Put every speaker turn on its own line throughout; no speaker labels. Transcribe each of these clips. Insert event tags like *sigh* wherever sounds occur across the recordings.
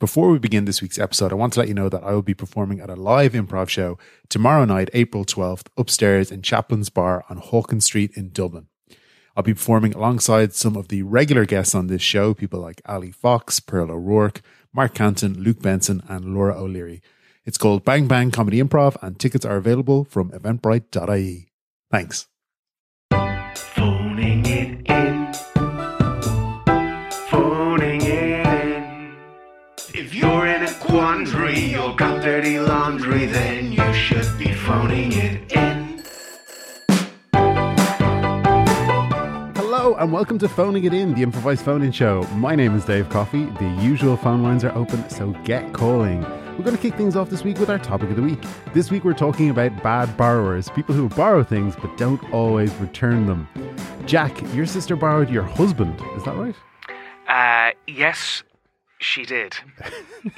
Before we begin this week's episode, I want to let you know that I will be performing at a live improv show tomorrow night, April 12th, upstairs in Chaplain's Bar on Hawkins Street in Dublin. I'll be performing alongside some of the regular guests on this show, people like Ali Fox, Pearl O'Rourke, Mark Canton, Luke Benson, and Laura O'Leary. It's called Bang Bang Comedy Improv, and tickets are available from eventbrite.ie. E. Thanks.
Phoning it in. Phoning it in. If you're in a quandary or got dirty laundry, then you should be phoning it in.
Hello, and welcome to Phoning It In, the improvised phone in show. My name is Dave Coffey. The usual phone lines are open, so get calling. We're going to kick things off this week with our topic of the week. This week, we're talking about bad borrowers, people who borrow things but don't always return them. Jack, your sister borrowed your husband, is that right?
Uh, yes,
*laughs*
she did.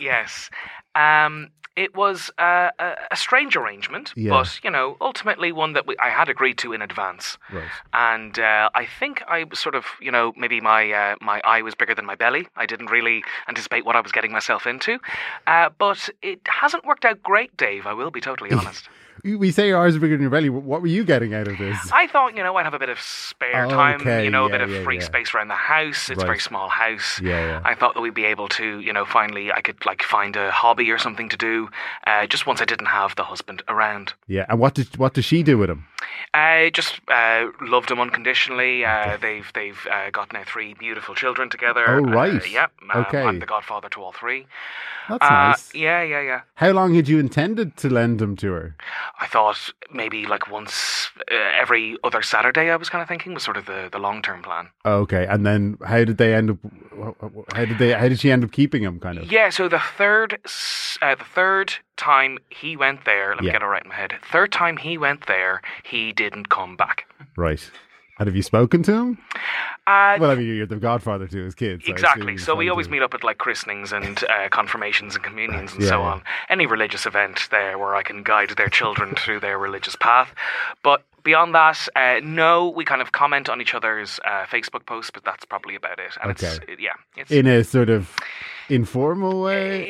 yes. Um, it was uh, a, a strange arrangement,
Yeah.
but, you know, ultimately one that we, I had agreed to in advance.
Right.
And uh, I think I was sort of, you know, maybe my, uh, my eye was bigger than my belly. I didn't really anticipate what I was getting myself into. Uh, but it hasn't worked out great, Dave, I will
*laughs*
be totally honest.
You- We say your eyes are bigger than your belly. What were you *laughs* getting out of this?
I thought, you know, I'd have a bit of spare time,
Oh, Okay,
you know,
yeah,
a bit of
yeah,
free
yeah.
space around the house. It's a very
Right.
small house.
Yeah, yeah.
I thought that we'd be able to, you know, finally I could like find a hobby or something to do. Uh, just once I didn't have the husband around.
Yeah, and what did what does she do with him?
I just uh, loved him unconditionally. Uh, they've they've uh, got now three beautiful children together.
Oh, right.
Uh, yep. Uh,
Okay.
I'm the godfather to all three.
That's
uh,
nice.
Yeah, yeah, yeah.
How long had you intended to lend him to her?
I thought maybe like once uh, every other Saturday. I was kind of thinking was sort of the the long term plan.
Okay, and then how did they end up? How did they? How did she end up keeping him? Kind of.
Yeah, so the third, s- uh, the third time he went there, let me
Yeah.
get it right in my head. Third time he went there, he didn't come back.
Right. And have you spoken to him?
Uh,
Well, I mean, you're the godfather to his kids. so I assume
exactly.
you've
So we
spoken
always
to-
meet up at like
*laughs*
christenings and uh, confirmations and communions and
Yeah,
so
yeah.
on. Any religious event there where I can guide
*laughs*
their children through their religious path, but. Beyond that, uh, no, we kind of comment on each other's uh, Facebook posts, but that's probably about it. And it's, yeah, it's
in a sort of informal way.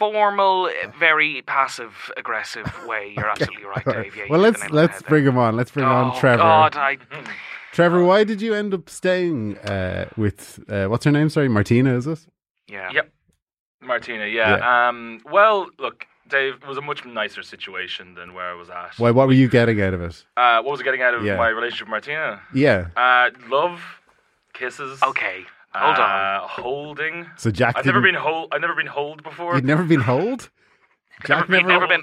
informal, very passive aggressive way.
*laughs*
You're absolutely right,
All right.
Dave. Yeah,
well,
you hit
let's
the nail on the
let's
head there.
bring him on. Let's bring on Trevor.
Oh,
*laughs*
God, I,
Trevor, why did you end up staying uh, with uh, what's her name? Sorry, Martina, is it?
yeah.
Yep. Martina, yeah. Um, well, look, Dave, it was a much nicer situation than where I was at.
Why? What were you getting out of it?
Uh, what was I getting out of
Yeah.
my relationship with Martina?
Yeah.
Uh, love, kisses.
Okay, hold
uh,
on.
Holding.
So Jack,
I've never
didn't-
been hold. I've never been hold before.
You'd never been holed. Jack
Never- never been.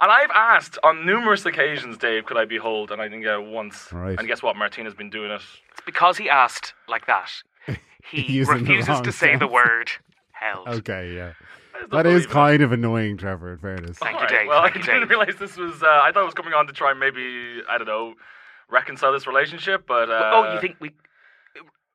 And I've asked on numerous occasions, Dave, could I be hold? And I think uh, once.
Right.
And guess what? Martina's been doing it.
It's because he asked
*laughs*
like that. He
Using the
refuses
wrong
to say the
sense.
word
*laughs*
held.
Okay, yeah.
It's not
That is
believable.
kind of annoying, Trevor, in fairness.
Thank you,
Alright,
Dave.
Well,
Thank
I
you,
didn't
Dave.
realize this was. Uh, I thought I was coming on to try and maybe I don't know reconcile this relationship, but uh,
oh, you think we?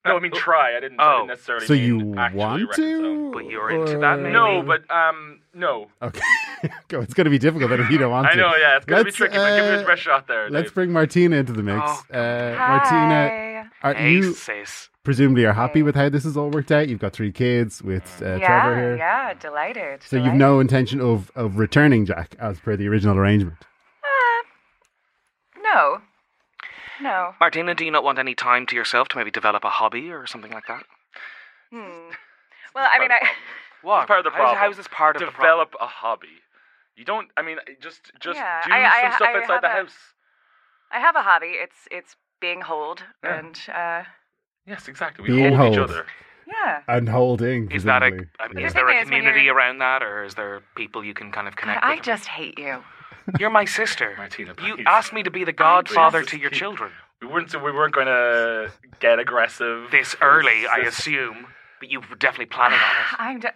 No, I mean try. I didn't, I
Oh.
didn't necessarily.
So
mean
you
actually
want
reconcile.
to?
But you're into
or-
that, maybe?
No, but um, no.
*laughs* Okay. *laughs* Go- it's going to be difficult then if you don't want
I
to.
know. Yeah, it's gonna be
Let's,
tricky, but give it
uh,
your best shot there.
Let's
Dave.
bring Martina into the mix.
Oh,
uh, Martina, are
Hey,
Uh, you
sis.
presumably are happy with how this has all worked out? You've got three kids with uh, Trevor here.
Yeah, delighted.
So you've no intention of, of returning Jack as per the original arrangement.
Uh, No. No.
Martina, do you not want any time to yourself to maybe develop a hobby or something like that?
Hmm. Well, I mean, I.
What?
It's part of the
How is-
problem.
How is this part of the problem?
develop a hobby. You don't. I mean, just just
Yeah,
do
I- I-
some stuff
I
outside the
have a-
house.
I have a hobby. It's it's being holed
Yeah.
and uh,
Yes, exactly. We
Being
hold, each
hold.
other.
yeah.
And holding.
Is that a?
presumably.
I mean,
Yeah.
Is there a
The thing is, when
community
you're-
around that, or is there people you can kind of connect?
I
with?
just hate you.
You're my
*laughs*
sister.
Martina,
you
please.
asked me to be the godfather
Jesus.
to your children.
We weren't. We weren't going to get aggressive
this early, I
This-
assume, but you were definitely planning on it.
*sighs* I'm. D-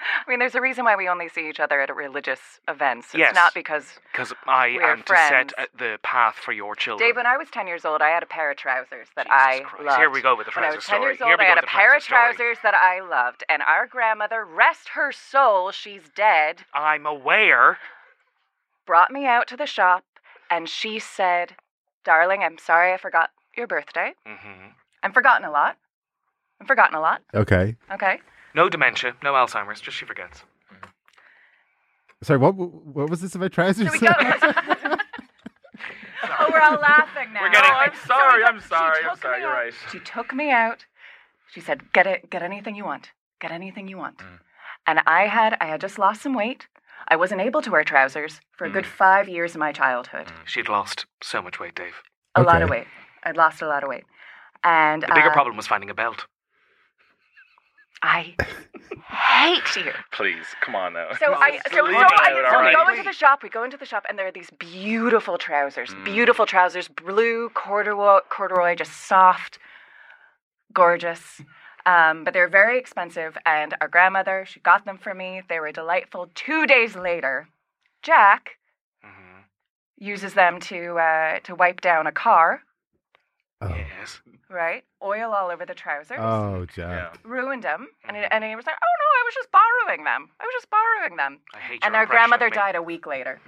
I mean, there's a reason why we only see each other at religious events. It's
Yes.
not because
Because I
We're
am to
friends.
set uh, the path for your children.
Dave. When I was ten years old, I had a pair of trousers that
Jesus
I
Christ.
loved.
Here we go with the
When I
trouser
was ten
story.
years old,
Here we
I
go
had
with
a
the
pair of
trouser story.
trousers that I loved, and our grandmother, rest her soul, she's dead,
I'm aware.
brought me out to the shop and she said, Darling, I'm sorry I forgot your birthday.
Mm-hmm.
hmm
I'm forgotten a lot. I'm forgotten a lot.
Okay.
Okay.
No dementia, no Alzheimer's, just she forgets.
Sorry, what what was this about trousers?
There we go. *laughs*
*laughs*
oh, we're all laughing now.
We're getting.
Oh,
I'm sorry. I'm
She
sorry. I'm
took
sorry.
me
You're
out.
right.
She took me out. She said, "Get it. Get anything you want. Get anything you want."
Mm.
And I had I had just lost some weight. I wasn't able to wear trousers for a good
Mm.
five years of my childhood.
She'd lost so much weight, Dave.
A lot of
Okay.
weight. I'd lost a lot of weight. And
The bigger
uh,
problem was finding a belt.
I hate
*laughs*
you.
Please, come on now.
So I so, so,
Leave
I,
it,
so
all
we
right.
go into the shop. We go into the shop, and there are these beautiful trousers,
Mm.
beautiful trousers, blue corduroy, corduroy, just soft, gorgeous. Um, but they're very expensive, and our grandmother she got them for me. They were delightful. Two days later, Jack
hmm
uses them to uh, to wipe down a car.
Oh,
Yes.
Right, oil all over the trousers.
oh
*laughs*
Jack.
Ruined them, and,
Mm-hmm.
it, and he was like, "Oh no, I was just borrowing them. I was just borrowing them."
I hate
And
your
our
impression
grandmother
of me.
died a week later.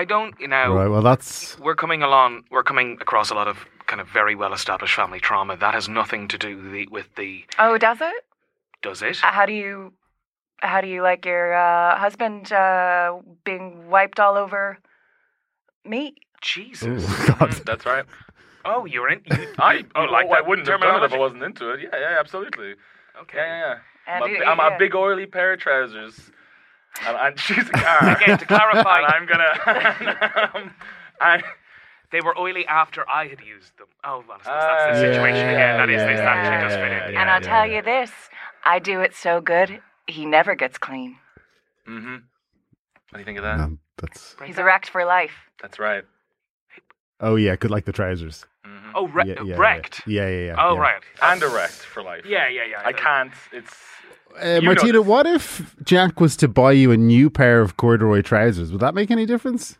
I don't, you know.
Right. Well, that's
We're coming along. We're coming across a lot of kind of very well-established family trauma. That has nothing to do the, with the.
Oh, does it?
Does it?
Uh, How do you, how do you like your uh, husband uh, being wiped all over me?
ooh, *laughs*
Jesus.
God.
Mm, That's right.
Oh, you're in. You, *laughs*
I oh, like
what
I wouldn't have done it if
terminology?
I wasn't into it. Yeah, yeah, absolutely.
okay.
Yeah, yeah, yeah.
And
I'm,
you-
a, bi- I'm a
yeah.
big oily pair of trousers, and, and *laughs* she's a car.
Again, to clarify,
and I'm gonna. *laughs* um, I,
they were oily after I had used them. Oh, well, I suppose
Ah,
that's the
yeah,
situation again. That is,
yeah,
this actually does
yeah,
fit
yeah,
in.
yeah.
and I'll tell you this: I do it so good, he never gets clean.
mm-hmm. What do you think of that?
Um, that's.
Break
He's
up.
a wrecked for life.
That's right.
Oh yeah, good like the trousers.
hmm
Oh, re-
yeah, yeah, yeah.
wrecked.
Yeah, yeah, yeah.
Oh,
yeah.
right.
And erect for life.
Yeah, yeah, yeah.
I can't. It's.
Uh,
You
Martina,
notice.
what if Jack was to buy you a new pair of corduroy trousers? Would that make any difference?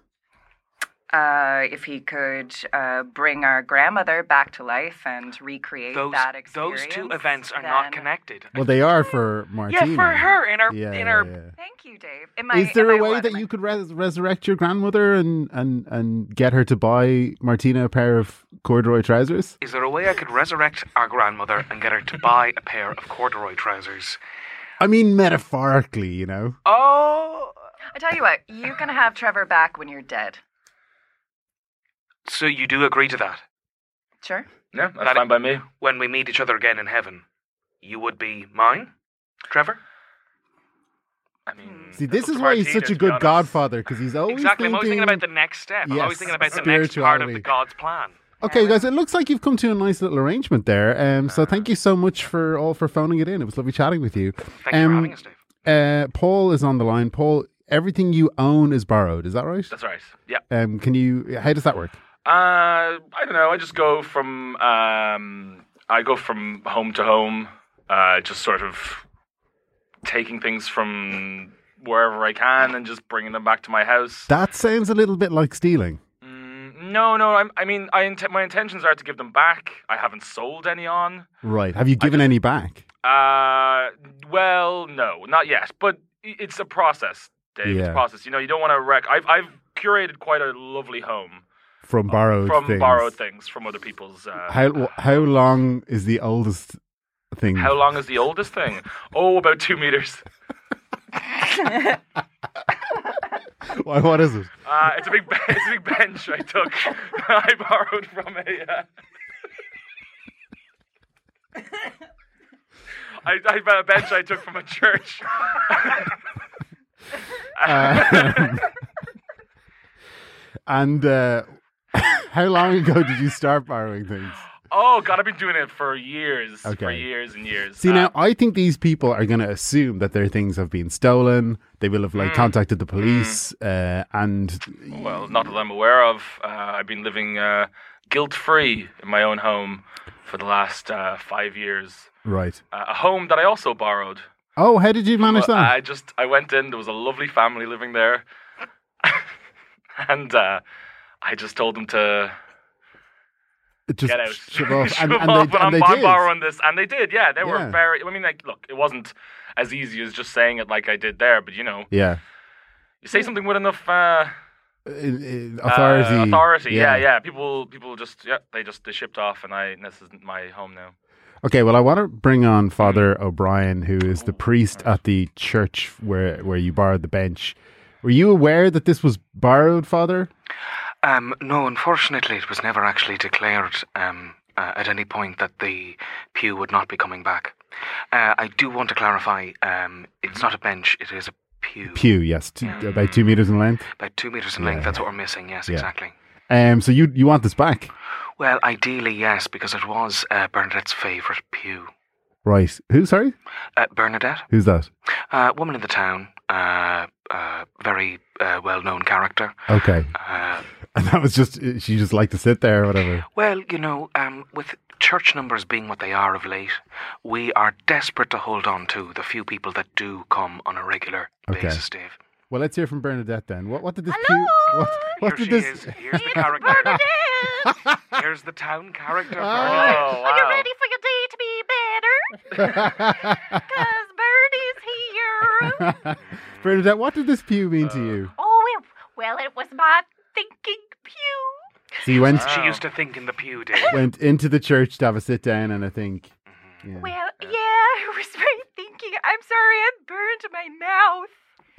Uh, if he could uh, bring our grandmother back to life and recreate
Those,
that
those
experience,
two events are not
then-
connected.
Well, they are for Martina.
yeah, for her in her
Yeah,
in her
yeah, yeah.
Thank you, Dave. Am I-
Is there
am
a
I
way
what?
that
Am I-
you could res- resurrect your grandmother and, and, and get her to buy Martina a pair of corduroy trousers?
Is there a way I could resurrect our grandmother and get her to buy a pair of corduroy trousers?
I mean, metaphorically, you know.
Oh,
I tell you what, you can have Trevor back when you're dead.
so you do agree to that?
Sure.
Yeah, that's
That-
fine by me.
When we meet each other again in heaven, you would be mine, Trevor?
I mean,
See,
that's
this
up
is
to
why he's
Martina,
such a
to be
good
honest.
godfather because he's always
Exactly. I'm always
thinking
thinking about the next step. I'm always
Yes,
thinking about the next part of
spirituality.
the God's plan.
Okay, guys, it looks like you've come to a nice little arrangement there. Um, so thank you so much for all for phoning it in. It was lovely chatting with you. Um,
Thank you for having us, Dave.
Uh, Paul is on the line. Paul, everything you own is borrowed. Is that right?
That's right. Yeah.
Um, can you? How does that work?
Uh, I don't know. I just go from um, I go from home to home, uh, just sort of taking things from wherever I can and just bringing them back to my house.
That sounds a little bit like stealing.
Mm, no, no. I'm, I mean, I int- my intentions are to give them back. I haven't sold any on.
Right. Have you given any back?
Uh, well, no, not yet. But i- it's a process, Dave. It's
Yeah.
a process. You know, you don't want to wreck. I've I've curated quite a lovely home
From borrowed
from
things.
borrowed things from other people's. Uh,
How how long is the oldest thing?
How long is the oldest thing? Oh, about two meters.
Why, what is it?
Uh, it's a big, be- it's a big bench I took. *laughs* I borrowed from a. Uh, I, I bought a bench I took from a church.
Um, *laughs* and uh, *laughs* how long ago did you start borrowing things?
Oh God, I've been doing it for years, for
Okay.
years and years.
See
Uh,
now, I think these people are going to assume that their things have been stolen. They will have
Mm,
like contacted the police, uh, and
well, not that I'm aware of. Uh, I've been living uh, guilt-free in my own home for the last uh, five years.
right.
Uh, a home that I also borrowed.
Oh, how did you manage
Well,
that?
I just I went in. There was a lovely family living there, *laughs* and uh, I just told them to
Just
get out,
shove off,
*laughs* Shove
and, and
off,
they, and
I'm,
they
I'm
did.
borrowing this, and they did. Yeah, they
Yeah.
were very. I mean, like, look, it wasn't as easy as just saying it like I did there, but you know,
Yeah,
you say something with enough uh,
Uh, uh,
uh,
authority.
authority. Yeah. yeah, People, people just yeah, they just they shipped off, and I and this isn't my home now.
Okay, well, I want to bring
Mm.
on Father O'Brien, who is
Oh,
the priest at the church where where you borrowed the bench. Were you aware that this was borrowed, Father?
Um, no, unfortunately, it was never actually declared um, uh, at any point that the pew would not be coming back. Uh, I do want to clarify um, it's not a bench, it is a pew.
Pew, yes, t- about two meters in length.
About two metres in length, that's what we're missing, yes,
Yeah.
exactly.
Um, so you you want this back,
Well, ideally, yes, because it was uh, Bernadette's favourite pew.
right? Who? Sorry,
Uh, Bernadette,
who's that?
uh, woman in the town, uh, uh, very uh, well known character.
Okay,
Uh,
*laughs* and that was just eh, she just liked to sit there or whatever.
Well, you know, um, with church numbers being what they are of late, we are desperate to hold on to the few people that do come on a regular
Okay.
basis, Dave.
Well, let's hear from Bernadette then. What what did this
Hello?
pew? What, what
Here
did
she
this?
is. Here's the character. Here's the town character. Bernie.
Oh,
Are you
wow.
ready for your day to be better?
*laughs*
Because Birdie's here.
*laughs* Bernadette, what did this pew mean to you?
oh, it, well, it was my thinking pew.
So you
Uh,
went
She used to think in the pew, Dave.
went into the church to have a sit down, and I think.
Mm-hmm.
yeah.
Well, yeah, I was *laughs* very thinking. I'm sorry, I burned my mouth.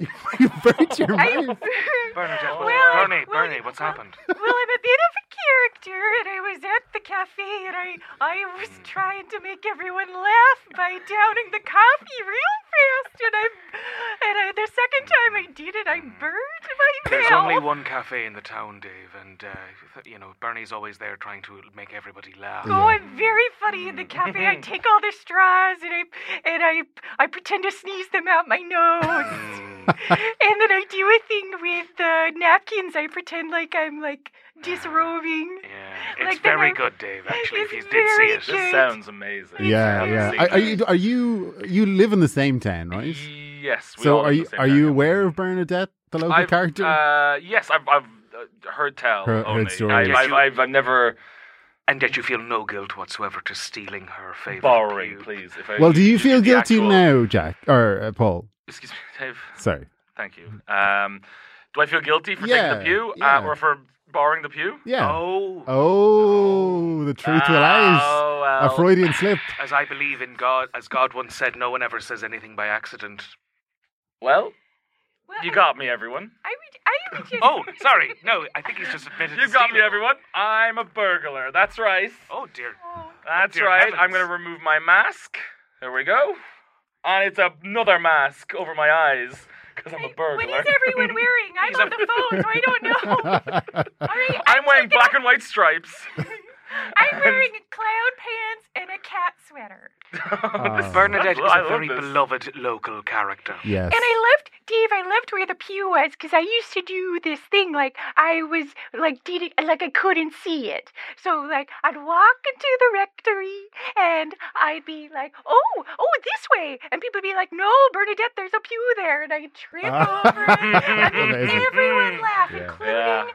*laughs* you burnt
*laughs*
your
I
mouth.
*laughs*
Bernadette, what-
Well,
Bernie,
well,
Bernie, what's happened?
well, I'm a bit of a character, and I was at the cafe, and I I was
Mm.
trying to make everyone laugh by downing the coffee real fast, and I and I, the second time I did it, I burned my
There's
mouth.
only one cafe in the town, Dave, and uh, th- you know Bernie's always there trying to make everybody laugh.
Oh, I'm very funny in the cafe. I take all the straws and I and I I pretend to sneeze them out my nose,
*laughs*
and then I do a thing with the napkins. I pretend like I'm like disrobing.
Yeah, it's
Like the
very
name-
good, Dave. Actually, if you
It's
did see
very
it,
good.
This sounds amazing.
Yeah,
Sounds
yeah.
amazing.
Are, are you are you you live in the same town, right?
Yes. we
So
all
are
live
you
in the same
are
town,
you
yeah.
aware of Bernadette, the local
I've,
character?
Uh, yes, I've, I've uh, heard tell.
Heard- heard
only.
stories.
I've,
Yes,
I've,
you-
I've, I've never
and yet you feel no guilt whatsoever to stealing her favorite
borrowing,
pew.
please. If I,
well, do you
if
feel
the
guilty
actual-
now, Jack or uh, Paul?
Excuse me, Dave.
Sorry.
Thank you. Um, do I feel guilty for taking
Yeah,
the pew
yeah.
uh, or for borrowing the pew?
Yeah.
Oh,
Oh, the truth will lies.
Oh,
A
well.
Freudian slip.
as I believe in God, as God once said, no one ever says anything by accident.
Well,
Well,
you
I-
got me, everyone.
I would. I would just.
Oh,
*laughs*
sorry. No, I think he's just admitted.
You
to
got me,
stealing.
everyone. I'm a burglar. That's right.
Oh dear.
That's
dear
right. I'm
heavens.
going to remove my mask. There we go. And it's another mask over my eyes because I'm a
What
burglar.
is everyone wearing? I'm on the phone, so I
*laughs*
don't know. All right,
I'm wearing black and white stripes.
*laughs*
*laughs*
I'm wearing clown pants and a cat sweater.
Ah.
Bernadette is
I
a
love
very
this. *laughs*
beloved local character.
Yes.
And I loved, Dave, I loved where the pew was because I used to do this thing like I was like did it, like I couldn't see it. So like I'd walk into the rectory and I'd be like, oh, oh, this way, and people would be like, no, Bernadette, there's a pew there, and
*laughs*
I'd trip
Ah.
over it,
That's
and
amazing.
everyone laughed,
Yeah.
including
Yeah.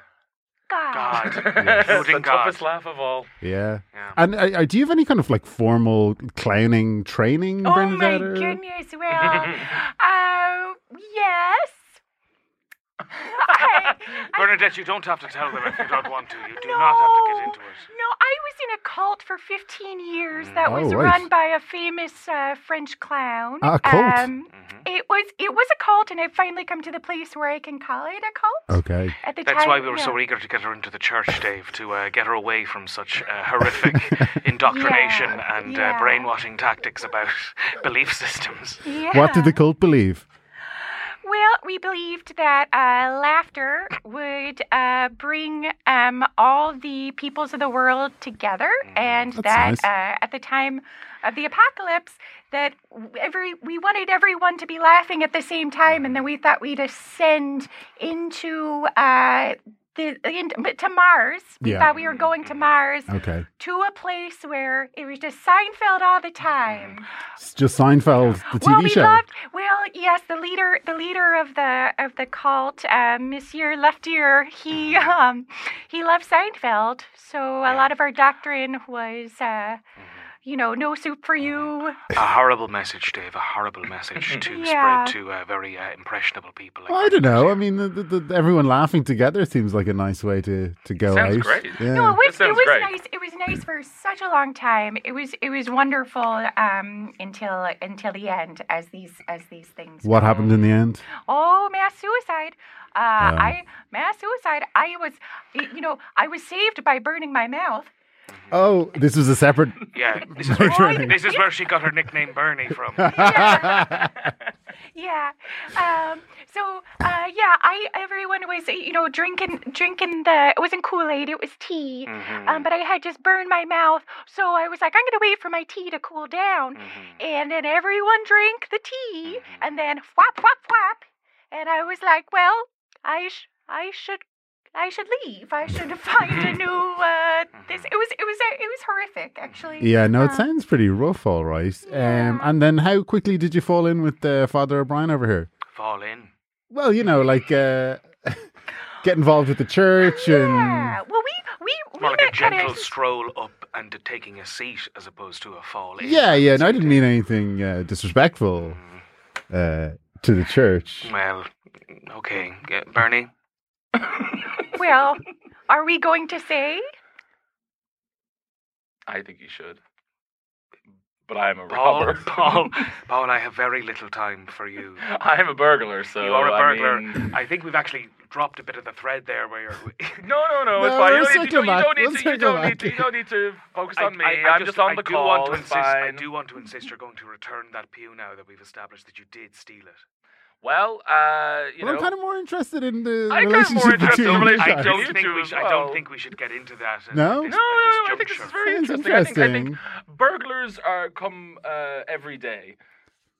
God.
God.
Yes.
It's the
Including God.
toughest laugh of all.
Yeah.
Yeah.
And uh, uh, do you have any kind of like formal clowning training,
Oh my
Bernadette? or-
goodness! Well, uh, yes. *laughs* I, I
Bernadette, you don't have to tell them if you don't want to. You do
No.
not have to get into it.
No, I was in a cult for 15 years that
Oh,
was
right.
run by a famous uh, French clown. Um,
Ah, a cult.
Mm-hmm.
It was it was a cult, and I've finally come to the place where I can call it a cult.
Okay.
At the
That's
time,
why we were
yeah.
so eager to get her into the church, Dave, to uh, get her away from such uh, horrific indoctrination
Yeah,
and
yeah.
uh, brainwashing tactics about *laughs* belief systems.
Yeah.
What did the cult believe?
Well, we believed that uh, laughter would uh, bring um, all the peoples of the world together, and
Mm, That's
that
nice.
uh, at the time of the apocalypse, that every we wanted everyone to be laughing at the same
Mm-hmm.
time, and then we thought we'd ascend into. Uh, the, in, but to Mars, we
Yeah. Mm-hmm. Uh-huh.
thought we were going to Mars,
Okay.
to a place where it was just Seinfeld all the
Mm-hmm.
time.
It's just Seinfeld, the TV
Well, we
show.
loved. Well, yes, the leader, the leader of the of the cult, uh, Monsieur Left Ear, he
Mm-hmm. Mm-hmm.
um, he loved Seinfeld. So a lot of our doctrine was, uh, you know, no soup for you.
A horrible message, Dave. A horrible message to
*laughs*
Yeah.
spread to uh, very uh, impressionable people. Like
Well, I
that.
don't know. I mean, the, the, the, everyone laughing together seems like a nice way to, to go
Sounds
out.
great.
Yeah.
No, it was,
That
it
sounds
was
great.
nice. It was nice for such a long time. It was it was wonderful um, until until the end, as these as these things.
what
go.
happened in the end?
Oh, mass suicide. Uh, I mass suicide. I was, you know, I was saved by burning my
*laughs*
mouth.
Oh, this was a separate. *laughs*
Yeah, this is,
We're
where,
turning.
this is where she got her nickname Bernie from.
*laughs*
Yeah. Um, so uh, yeah, I everyone was you know drinking drinking the it wasn't Kool Aid it was tea, um, but I had just burned my mouth, so I was like I'm gonna wait for my tea to cool down, and then everyone drank the tea, and then whap whap whap, and I was like, well, I sh- I should. I should leave. I should *laughs* find a new. Uh, this it was it was uh, it was horrific actually.
Yeah, no, it
Um,
sounds pretty rough, all right. Um, and then how quickly did you fall in with uh, Father O'Brien over here?
Fall in.
Well, you know, like uh, *laughs* get involved with the church and.
Yeah. Well, we we we
More like a
met kinda-
gentle stroll up and taking a seat as opposed to a fall in. Mm,
Yeah, yeah. No, I didn't mean anything uh, disrespectful uh, to the church.
Well, okay. Yeah, Bernie,
Well, are we going to say?
I think you should. But I'm a
Paul,
robber.
*laughs*
*laughs*
Paul, Paul, I have very little time for you.
I'm a burglar, so.
you are a
I
burglar. I,
mean-
think we've actually dropped a bit of the thread there where
*laughs*
you're.
No, no, no. It's
No,
fine.
we'll
You don't, need to,
circle
you, don't
back.
need
We'll
to, you,
circle
don't need
back.
to, you don't need to focus
I-
on me.
I, I
am just, on
I
the
do
call.
Want to
it's
insist, I
fine.
do want to insist you're going to return that pew now that we've established that you did steal it.
Well, uh, you
But I'm
know.
kind of more interested in the
I got more
relationship
interested in
between
the
you
relationship.
guys.
I
I
don't
do
think
too
we
as
should, I don't
well.
think we should get into that. at-
No?
at this,
No,
at
no, no. I think this
juncture.
is very
Sounds
interesting. I think, I think
interesting.
burglars are come uh, every day.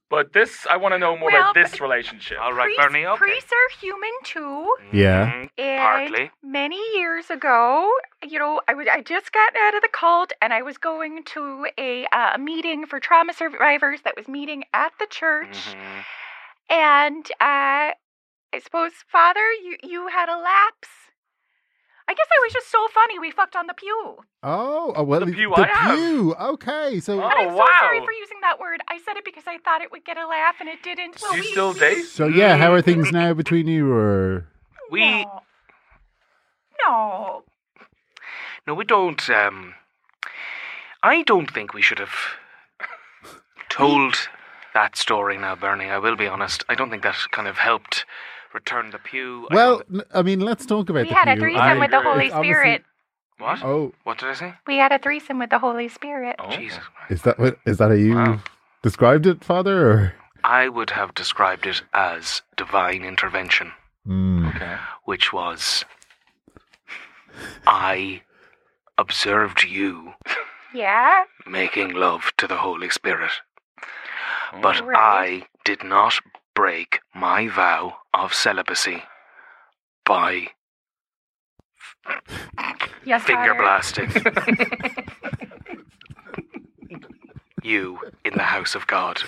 But this, I want to know more
Well,
about this
but-
relationship.
All right,
priests,
Bernie. Okay.
priests are human too.
Yeah.
And
Partly.
many years ago, you know, I was I just got out of the cult and I was going to a uh, a meeting for trauma survivors that was meeting at the church.
Mm-hmm.
Mhm.
And uh, I suppose, Father, you you had a lapse. I guess I was just so funny. We fucked on the pew.
Oh, oh, well,
The pew
the
I have.
pew. Okay, so
Oh,
And I'm so
wow.
sorry for using that word. I said it because I thought it would get a laugh, and it didn't. Well,
Do you
we-
still
we-
date?
So yeah, how are
*laughs*
things now between you? Or
We
No. No.
no, we don't. Um, I don't think we should have told that story now, Bernie. I will be honest. I don't think that kind of helped return the pew. I
well,
don't-
n- I mean, let's talk about
We
the
had a
pew.
threesome
I
with the
agree.
Holy
It's obviously-
Spirit.
what?
Oh,
What did I say?
We had a threesome with the Holy Spirit.
Oh.
Jesus.
is that what is that how you
Wow.
described it, Father? Or
I would have described it as divine intervention,
Hmm.
Okay.
which was I observed you
Yeah.
making love to the Holy Spirit, but
Right.
I did not break my vow of celibacy by
Yes.
finger
Father.
blasting you in the house of God.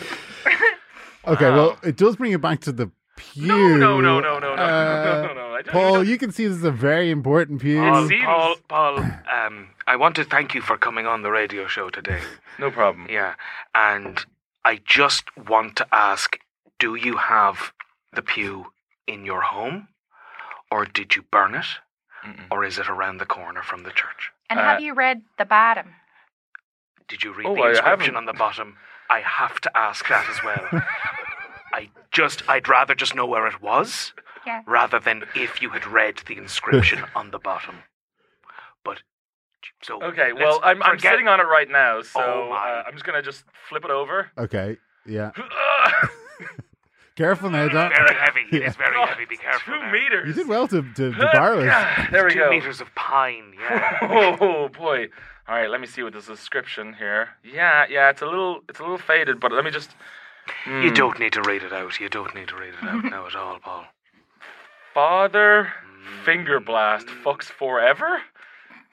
okay,
Wow.
well, it does bring it back to the pew.
No, no, no, no, no, no,
Uh,
no, no, no. I don't-
Paul, you can see this is a very important pew.
Paul,
seems-
Paul, Paul, um, I want to thank you for coming on the radio show today.
No problem.
Yeah. And I just want to ask do you have the pew in your home? Or did you burn it?
Mm-mm.
Or is it around the corner from the church?
And
Uh,
have you read the bottom?
Did you read
Oh,
the
I
inscription
haven't.
on the bottom? I have to ask that as
*laughs*
well. I just, I'd rather just know where it was
Yeah.
rather than if you had read the
*laughs*
inscription on the bottom. But, so.
Okay,
let's
well, I'm, I'm
forget-
sitting on it right now, so
Oh, my.
uh, I'm just going to just flip it over. *laughs*
Okay, yeah. Careful now, Doc.
Very heavy. It is very
*laughs* Oh,
heavy. Be careful.
Two
now.
meters.
You did well to, to, to borrow it.
Ah, There we
Two
go. *laughs*
meters of pine, yeah.
Oh boy! All right, let me see what this description here. Yeah, yeah, it's a little, it's a little faded, but let me just.
You
Hmm.
don't need to read it out. You don't need to read
*laughs*
it out now at all, Paul.
Father
Mm.
finger blast fucks forever.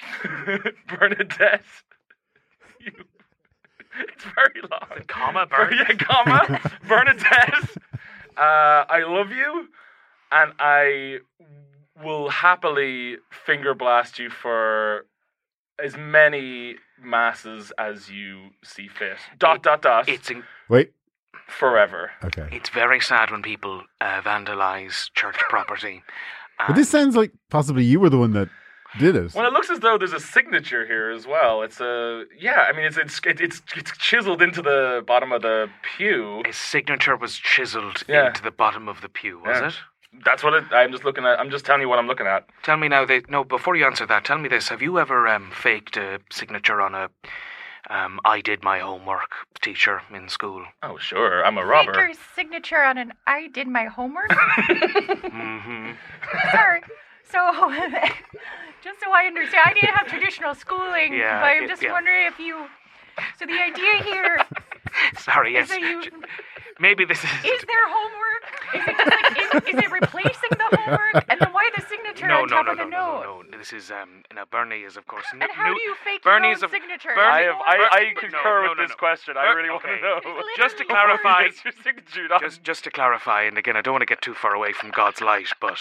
*laughs* Bernadette. *laughs* You... It's very long.
comma,
Ber-
Bern-
*laughs* Yeah,
*laughs*
comma. Bernadette. Uh, I love you, and I will happily finger blast you for as many masses as you see fit. Dot dot dot.
It's in-
Wait.
forever.
Okay.
it's very sad when people uh, vandalize church property.
But this sounds like possibly you were the one that did it.
Well, it looks as though there's a signature here as well. It's a yeah. I mean, it's it's it's it's chiseled into the bottom of the pew.
His signature was chiseled
Yeah.
into the bottom of the pew, was
Yeah.
it?
That's what it, I'm just looking at. I'm just telling you what I'm looking at.
Tell me now. They, no, before you answer that, tell me this: Have you ever um, faked a signature on a um, "I did my homework" teacher in school?
Oh, sure. I'm a robber.
Baker's signature on an I did my homework. *laughs*
hmm
Sorry. So, *laughs* just so I understand, I didn't have traditional schooling,
Yeah,
but I'm
it-
just
yeah.
wondering if you. So the idea here
Sorry.
is
*laughs* Yes.
that you
Maybe this is.
is there homework? Is it just like is, is it replacing the homework? And then why the signature
no,
on
no,
top
no,
of
no,
the
no,
note?
no, no. This is um. Now Bernie is of course.
And how do you fake
Bernie's
your own
a-
signature?
Bernie-
I have. I, I
But no,
concur
no,
with
no,
this
no.
question. I
Bur-
really
okay.
want to know.
It's
Just *laughs* to
literally-
clarify,
Is your signature on?
*laughs*
just just to clarify, and again, I don't want to get too far away from God's light, but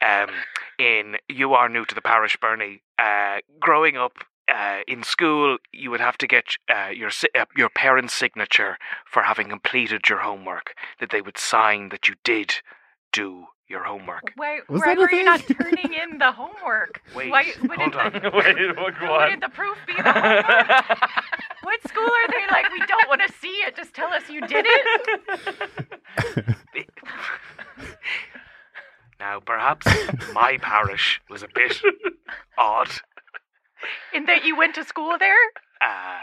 um, in you are new to the parish, Bernie. Uh, growing up. Uh, in school, you would have to get uh, your si- uh, your parents' signature for having completed your homework. That they would sign that you did do your homework.
Why,
Was
why
that a
were you not
thing?
turning in the
*laughs*
homework?
Wait,
why wouldn't
hold on.
the,
Wait, what? go
*laughs* wouldn't
on.
the proof be
*laughs*
the homework? what school are they like? We don't want to see it. Just tell us you did it. *laughs*
Now, perhaps my parish was a bit odd.
And that you went to school there.
Uh,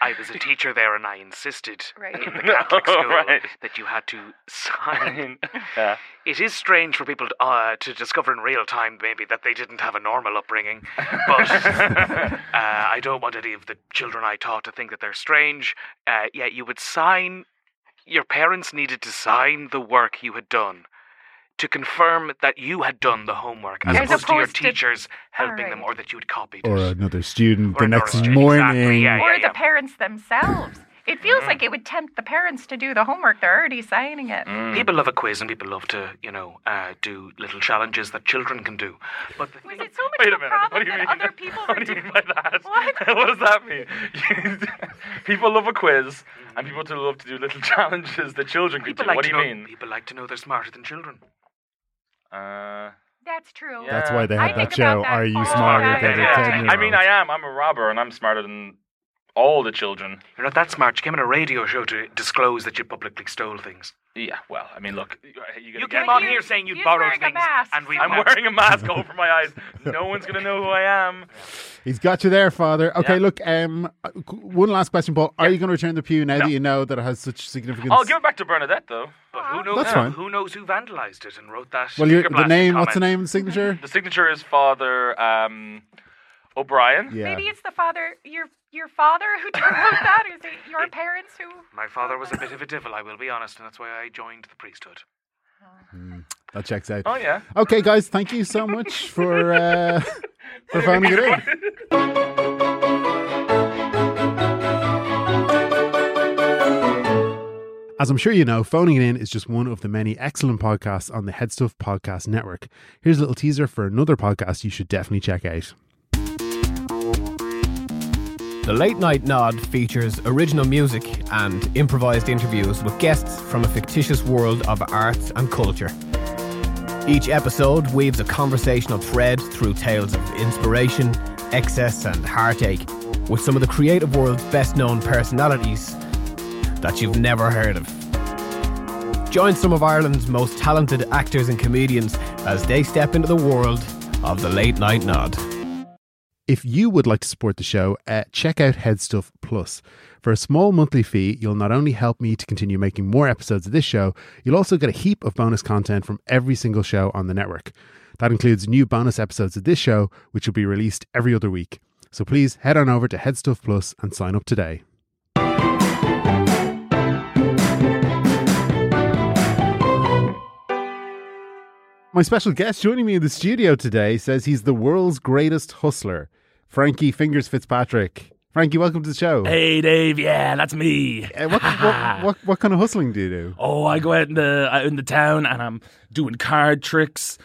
I was a teacher there, and I insisted
Right.
in the Catholic
No,
school
right.
that you had to sign.
*laughs*
yeah.
It is strange for people to, uh, to discover in real time, maybe, that they didn't have a normal upbringing. But uh, I don't want any of the children I taught to think that they're strange. Uh, yeah, you would sign. Your parents needed to sign the work you had done to confirm that you had done the homework, as,
As
opposed to your
opposed to-
teachers helping them
Alright.
or that you had copied
or
it.
another student
Or
the
another
next
student,
morning.
exactly, yeah.
*laughs* or the parents themselves. It feels
Mm-hmm.
like it would tempt the parents to do the homework. They're already signing it.
Mm.
Mm. People love a quiz, and people love to, you know, uh, do little challenges that children can do. But the
Was
thing
it so much
Wait
of
a
a
minute.
problem
What do you
that
mean?
other people were
What do you mean
doing?
by that?
*laughs* What?
*laughs* what does that mean? *laughs* people love a quiz, and people do love to do little *laughs* challenges that children could
people
do.
like
what
to
do you
know,
mean?
People like to know they're smarter than children.
Uh,
That's true.
Yeah.
That's why they
I
had
think
that show.
about that
Are you
Uh,
all
smarter
the
than a ten
time.
year old?
I mean, I am. I'm a robber, and I'm smarter than all the children.
You're not that smart. You came on a radio show to disclose that you publicly stole things.
Yeah. Well, I mean, look. You,
You
get
came
me?
on
you-
here saying you
you're
borrowed
wearing a
things,
mask,
and we.
so-
I'm wearing a mask over
*laughs*
my eyes. No one's gonna know who I am.
He's got you there, father. Okay,
Yeah.
look. Um, one last question, Paul. Are you going to return the pew now that you know that it has such significance?
I'll give it back to Bernadette though.
But who knows?
That's fine.
Who knows who vandalized it and wrote that?
well, your,
finger
the
blasting
name. What's the
comment?
name and
*laughs*
signature?
The signature is Father um, O'Brien.
Yeah.
Maybe it's the father, your your father who *laughs* wrote that. Is it
*laughs*
your parents who?
My father was a bit of a devil, I will be honest, and that's why I joined the priesthood.
That checks out.
Oh yeah.
Okay, guys, thank you so much for
*laughs*
uh, for phoning it in. As I'm sure you know, Phoning It In is just one of the many excellent podcasts on the Headstuff Podcast Network. Here's a little teaser for another podcast you should definitely check out.
The Late Night Nod features original music and improvised interviews with guests from a fictitious world of arts and culture. Each episode weaves a conversational thread through tales of inspiration, excess, and heartache with some of the creative world's best known personalities that you've never heard of. Join some of Ireland's most talented actors and comedians as they step into the world of the Late Night Nod.
If you would like to support the show, uh, check out Headstuff Plus. For a small monthly fee, you'll not only help me to continue making more episodes of this show, you'll also get a heap of bonus content from every single show on the network. That includes new bonus episodes of this show, which will be released every other week. So please head on over to Headstuff Plus and sign up today. My special guest joining me in the studio today says he's the world's greatest hustler, Frankie Fingers Fitzpatrick. Frankie, welcome to the show.
Hey Dave, yeah, that's me.
Uh, what, what, what, what kind of hustling do you do?
uh, Oh, I go out in the out in the town and I'm doing card tricks,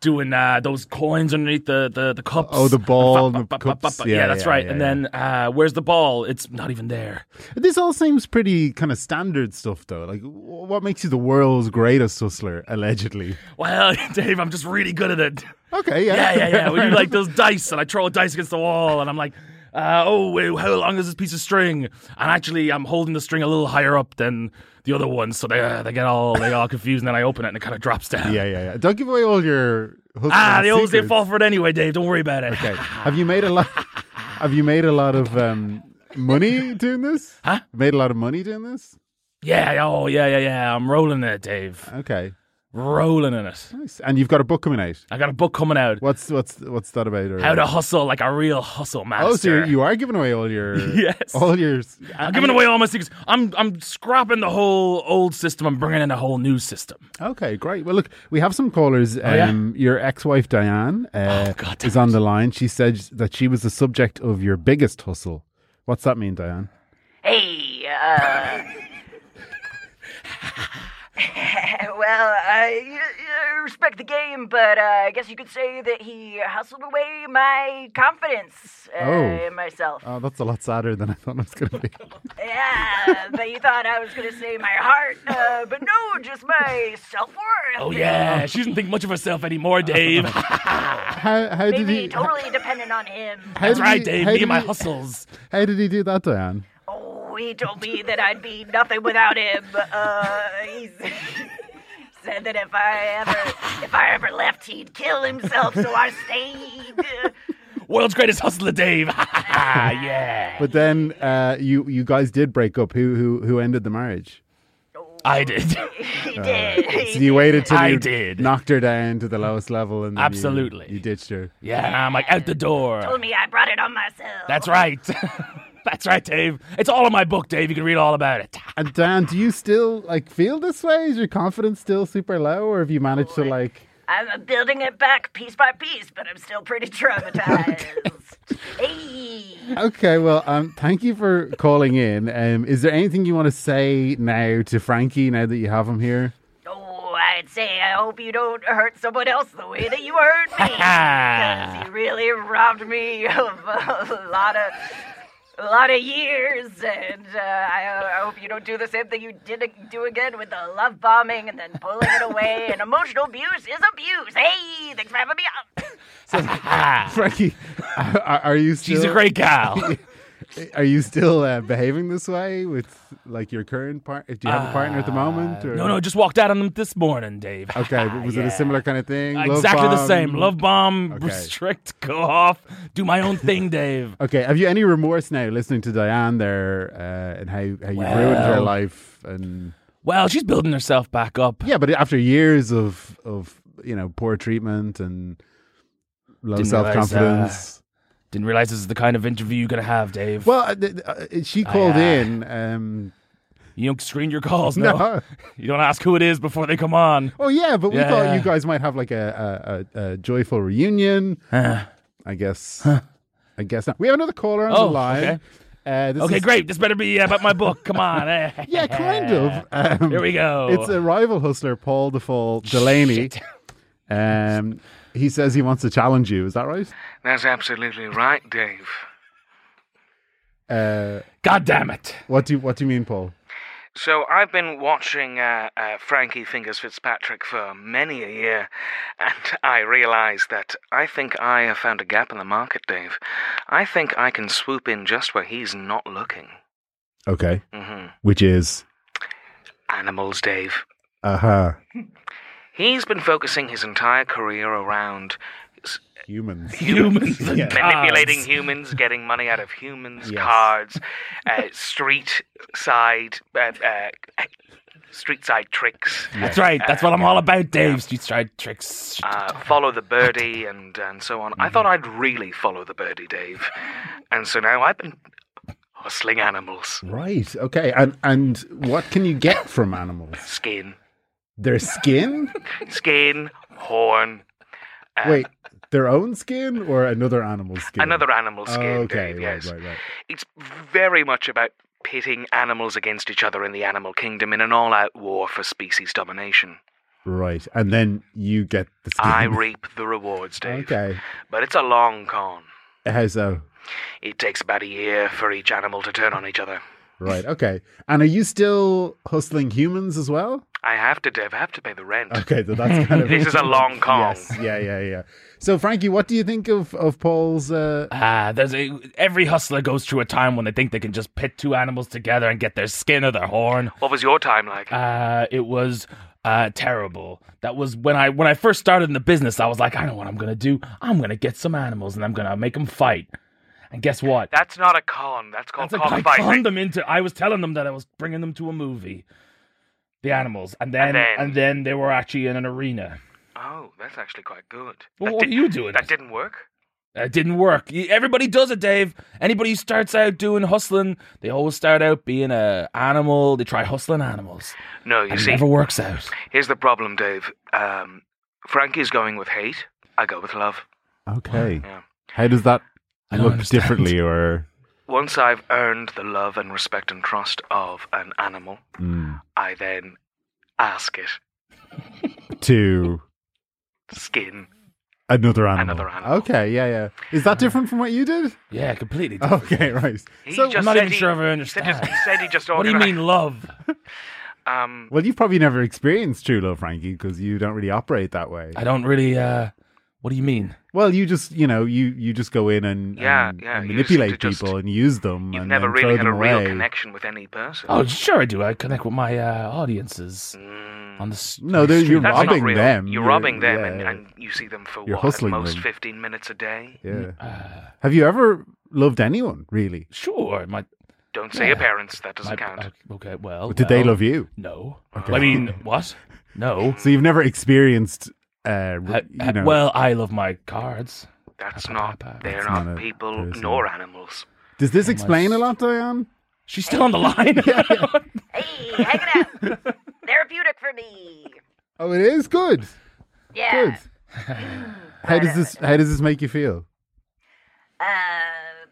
doing uh, those coins underneath the, the, the cups.
Oh,
*laughs*
the ball and the
Bop, bop, bop,
cups.
bop.
Yeah,
Yeah, that's
yeah,
right.
yeah,
and
yeah.
then uh, where's the ball? It's not even there. *laughs*
This all seems pretty kind of standard stuff, though. Like, wh- what makes you the world's greatest hustler, allegedly?
Well, *laughs* Dave, I'm just really good at it. *laughs*
Okay, yeah.
Yeah, yeah, yeah. We
*laughs*
do like those dice, and I throw a dice against the wall, and I'm like, uh, oh, wait, how long is this piece of string? And actually, I'm holding the string a little higher up than the other ones, so they uh, they get all they all confused, and then I open it, and it kind of drops down.
yeah, yeah, yeah. Don't give away all your hustling
Ah, they always they
secrets.
fall for it anyway, Dave. Don't worry about it.
Okay. Have you made a lot? Have you made a lot of um, money doing this?
Huh?
Made a lot of money doing this?
Yeah. Oh, yeah, yeah, yeah. I'm rolling in it, Dave.
Okay,
Rolling in it.
nice. And you've got a book coming out.
I got a book coming out.
What's what's what's that about? Or,
How to hustle like a real hustle master.
oh, so you're, you Oh. are giving away all your
*laughs* Yes.
all your.
I'm giving away all my secrets. I'm I'm scrapping the whole old system. I'm bringing in a whole new system.
Okay, great. Well, look, we have some callers. Um,
Oh, yeah?
Your ex-wife Diane uh,
Oh, God damn
is on the line. She said that she was the subject of your biggest hustle. What's that mean, Diane?
Hey, uh. well, I you know, respect the game, but uh, I guess you could say that he hustled away my confidence uh,
Oh.
in myself.
Oh, that's a lot sadder than I thought it was going to be.
Yeah, but you thought I was going to say my heart, uh, but no, just my self worth.
Oh yeah, she doesn't think much of
*laughs*
herself anymore, Dave.
*laughs* How, how did
Maybe
he?
totally dependent on him.
how
That's
did
right,
he-
Dave.
how
Me
did
and my
he-
hustles.
How did he do that, Diane?
Oh, he told me that I'd be nothing without him. Uh, he s- *laughs* said that if I ever, if I ever left, he'd kill himself. So I stayed.
World's greatest hustler, Dave. yeah,
But then uh, you you guys did break up. Who who who ended the marriage?
I did.
He did.
So you waited till
I
you
did.
knocked her down to the lowest level, and then you-
Absolutely.
you, ditched her.
Yeah, and I'm like out the door.
told me I brought it on myself.
That's right. That's right, Dave. It's all in my book, Dave. You can read all about it.
And Dan, do you still like feel this way? Is your confidence still super low, or have you managed to like?
I'm building it back piece by piece, but I'm still pretty
*laughs*
traumatized. hey.
Okay, well, um, thank you for calling in. Um, is there anything you want to say now to Frankie now that you have him here?
Oh, I'd say I hope you don't hurt someone else the way that you hurt me. because you really robbed me of a lot of. A lot of years, and uh, I, I hope you don't do the same thing you did ag- do again with the love bombing and then pulling it away. and emotional abuse is abuse. Hey, thanks for having me on.
Frankie, *laughs* are, are you still?
Ah. She's a *laughs* great gal.
Are you still uh, behaving this way with like your current partner? Do you have a partner at the moment? Or?
Uh, no, no, just walked out on them this morning, Dave. *laughs*
Okay, but was it a similar kind of thing? Love
Exactly the
bomb?
same. Love bomb,
Okay.
restrict, *laughs* go off, do my own thing, Dave.
Okay, have you any remorse now listening to Diane there uh, and how, how you ruined her
Well.
life? And
Well, she's building herself back up.
yeah, but after years of of you know poor treatment and low
Didn't
self
realize, uh,
confidence.
Didn't realize this is the kind of interview you're gonna have, Dave.
well, uh, th- uh, she called
uh,
in. Um,
you don't screen your calls, *laughs* no.
no. *laughs*
You don't ask who it is before they come on.
Oh yeah, but we
Yeah,
thought
yeah.
you guys might have like a a, a, a joyful reunion.
Uh.
I
*laughs*
guess. I guess not. We have another caller on
Oh,
the line.
okay.
Uh, this
Okay,
is-
great. This better be uh, about my book. Come on. eh.
*laughs* Yeah, kind of. Um,
Here we go.
It's a rival hustler, Paul DeFall
*laughs*
Delaney. Um, he says he wants to challenge you. Is that right?
That's absolutely right, Dave.
Uh,
God damn it.
what do you, What do you mean, Paul?
So I've been watching uh, uh, Frankie Fingers Fitzpatrick for many a year, *laughs* and I realise that I think I have found a gap in the market, Dave. I think I can swoop in just where he's not looking.
Okay,
hmm
which is
Animals, Dave.
uh huh
He's been focusing his entire career around s-
humans. *laughs*
Humans. and cars.
manipulating humans, getting money out of humans, cards, uh, street side, uh, uh, street side tricks.
That's right. That's what I'm all about, Dave. Street tried tricks.
Uh, follow the birdie and, and so on. I thought I'd really follow the birdie, Dave. And so now I've been hustling animals.
Right. Okay. And and what can you get from animals?
Skin. *laughs*
Their skin?
Skin, horn. uh,
Wait, their own skin or another animal's skin?
Another animal skin,
Okay,
Dave,
right,
yes.
right, right.
It's very much about pitting animals against each other in the animal kingdom in an all out war for species domination.
Right. And then you get the skin. *laughs*
I reap the rewards, Dave.
Okay.
But it's a long con.
How so?
It takes about a year for each animal to turn on each other.
Right. Okay. And are you still hustling humans as well?
I have to, Dave. I have to pay the rent.
Okay. So that's kind
*laughs*
of.
This is a long con.
Yes. Yeah. Yeah. Yeah. So, Frankie, what do you think of of Paul's? Uh,
Ah, there's a, every hustler goes through a time when they think they can just pit two animals together and get their skin or their horn.
What was your time like?
Uh, it was uh, terrible. That was when I when I first started in the business. I was like, I know what I'm gonna do. I'm gonna get some animals and I'm gonna make them fight. And guess what?
That's not a con. That's called
That's like I conned
cockfighting.
them into. I was telling them that I was bringing them to a movie, the animals, and then
And
and
then-
then, they were actually in an arena.
Oh, that's actually quite good. That
Well, what
did-
are you doing?
That didn't work.
It didn't work. Y- Everybody does it, Dave. Anybody who starts out doing hustling, they always start out being a animal. They try hustling animals.
No, you
And it *laughs*
see,
never works out.
here's the problem, Dave. Um, Frankie's going with hate. I go with love.
okay.
Yeah.
How does that
I don't
look
understand.
differently, or
Once I've earned the love and respect and trust of an animal,
mm,
I then ask it
to
skin
another animal?
Another animal.
Okay. Yeah. Yeah. Is that different from what you did? *laughs*
Yeah, completely. different.
Okay. Right.
He
So,
just
I'm not
said
even
he-
sure if I
he said just-
understand.
He said he just.
*laughs* What do you
organi-
mean love?
Um,
well, you've probably never experienced true love, Frankie, because you don't really operate that way.
I don't really. uh What do you mean?
Well, you just you know you you just go in and
Yeah,
and-
yeah,
and
you just-
manipulate
you just-
people and use them.
you've
and
never
then throw
really had a
them
real
away.
connection with any person.
Oh, sure I do. I connect with my uh, audiences
Mm.
on the. s-
No,
on the
they're- you're
street.
That's
robbing
not real.
them.
You're,
You're-
robbing them, and,
yeah.
and you see them for
You're
what? At
hustling
most
them.
15 minutes a day.
Yeah.
Uh,
Have you ever loved anyone really?
sure, my
Don't say your parents. That doesn't
My-
count.
o- uh, Okay, well,
Did they
no.
love you?
No.
Okay.
I
*laughs*
mean, what? No.
So you've never experienced, uh, r-
Uh, uh,
you know,
well, I love my cards.
That's
pa-
not.
pa- pa-
They're
That's
not,
not a
people
person.
nor animals.
does this
my
explain a
s-
lot, Diane?
She's still on the
*laughs*
line.
Hey, hanging out. Therapeutic for me.
Oh, it is good.
Yeah. *laughs*
Good. How does this? How does this make you feel?
Uh,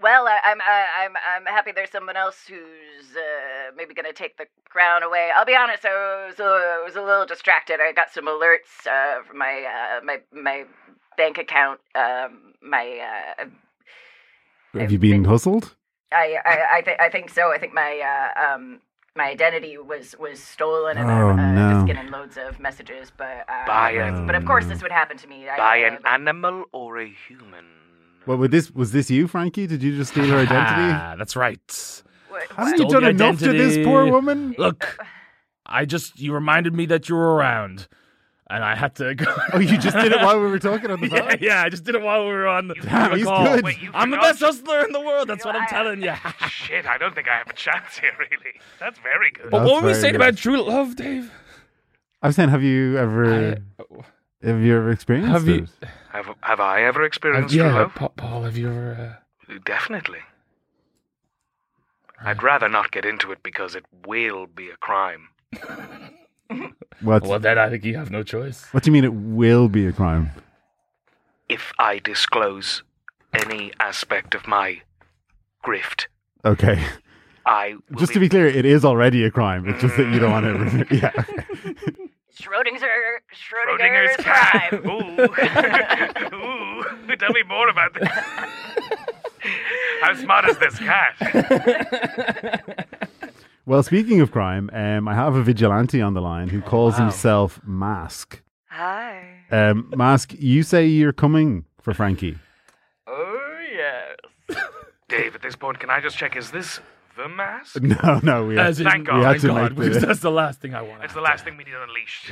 well, I, I'm I, I'm I'm happy there's someone else who's uh, maybe gonna take the crown away. I'll be honest, I was, uh, I was a little distracted. I got some alerts uh, from my uh, my my bank account. Um, my uh,
Have you been hustled?
I I I, th- I think so. I think my uh, um my identity was was stolen and
Oh,
I'm uh,
no.
just getting loads of messages. But uh,
By
it's-
an-
but of course this would happen to me. I-
By
I-
an animal or a human.
Well, was this was this you, Frankie? Did you just steal her identity?
*laughs* Ah, that's right.
what-
Haven't
what-
you
Stole
done
the
enough to this poor
identity.
woman?
Look, I just you reminded me that you were around, and I had to go.
Oh, you just did it while we were talking on the phone.
*laughs* yeah, yeah, I just did it while we were on the
Damn,
the
he's
call.
good.
Wait, you
I'm the
forgot-
best hustler in the world. That's
You
what I'm
are.
telling you.
Shit, I don't think I have a chance here, really. That's very good.
But
That's
what were we
very
saying
good.
about true love, Dave?
I'm saying, have you ever have you ever experienced
Have you-
it?
Have, have I ever experienced true
yeah,
love?
Pa- Paul, have you ever?
uh,
Definitely. I'd rather not get into it because it will be a crime.
What?
Uh... Well, then I think you have no choice.
What do you mean? It will be a crime.
If I disclose any aspect of my grift,
Okay.
I will
Just to be clear, it is already a crime. It's just that you don't want to. *laughs* yeah.
Schrodinger
Schrodinger's
Schrodinger's
cat.
crime.
Ooh. Ooh. Tell me more about this. How smart is this cat?
Well, speaking of crime, um, I have a vigilante on the line who calls himself Mask.
Hi.
Um, Mask, you say you're coming for Frankie.
Oh yes.
Dave, at this point, can I just check? Is this the mask?
*laughs* No, no, we
As in,
Thank God.
we had
Thank
to make
God, because
the-
that's the last thing I want.
That's the last thing we need unleashed.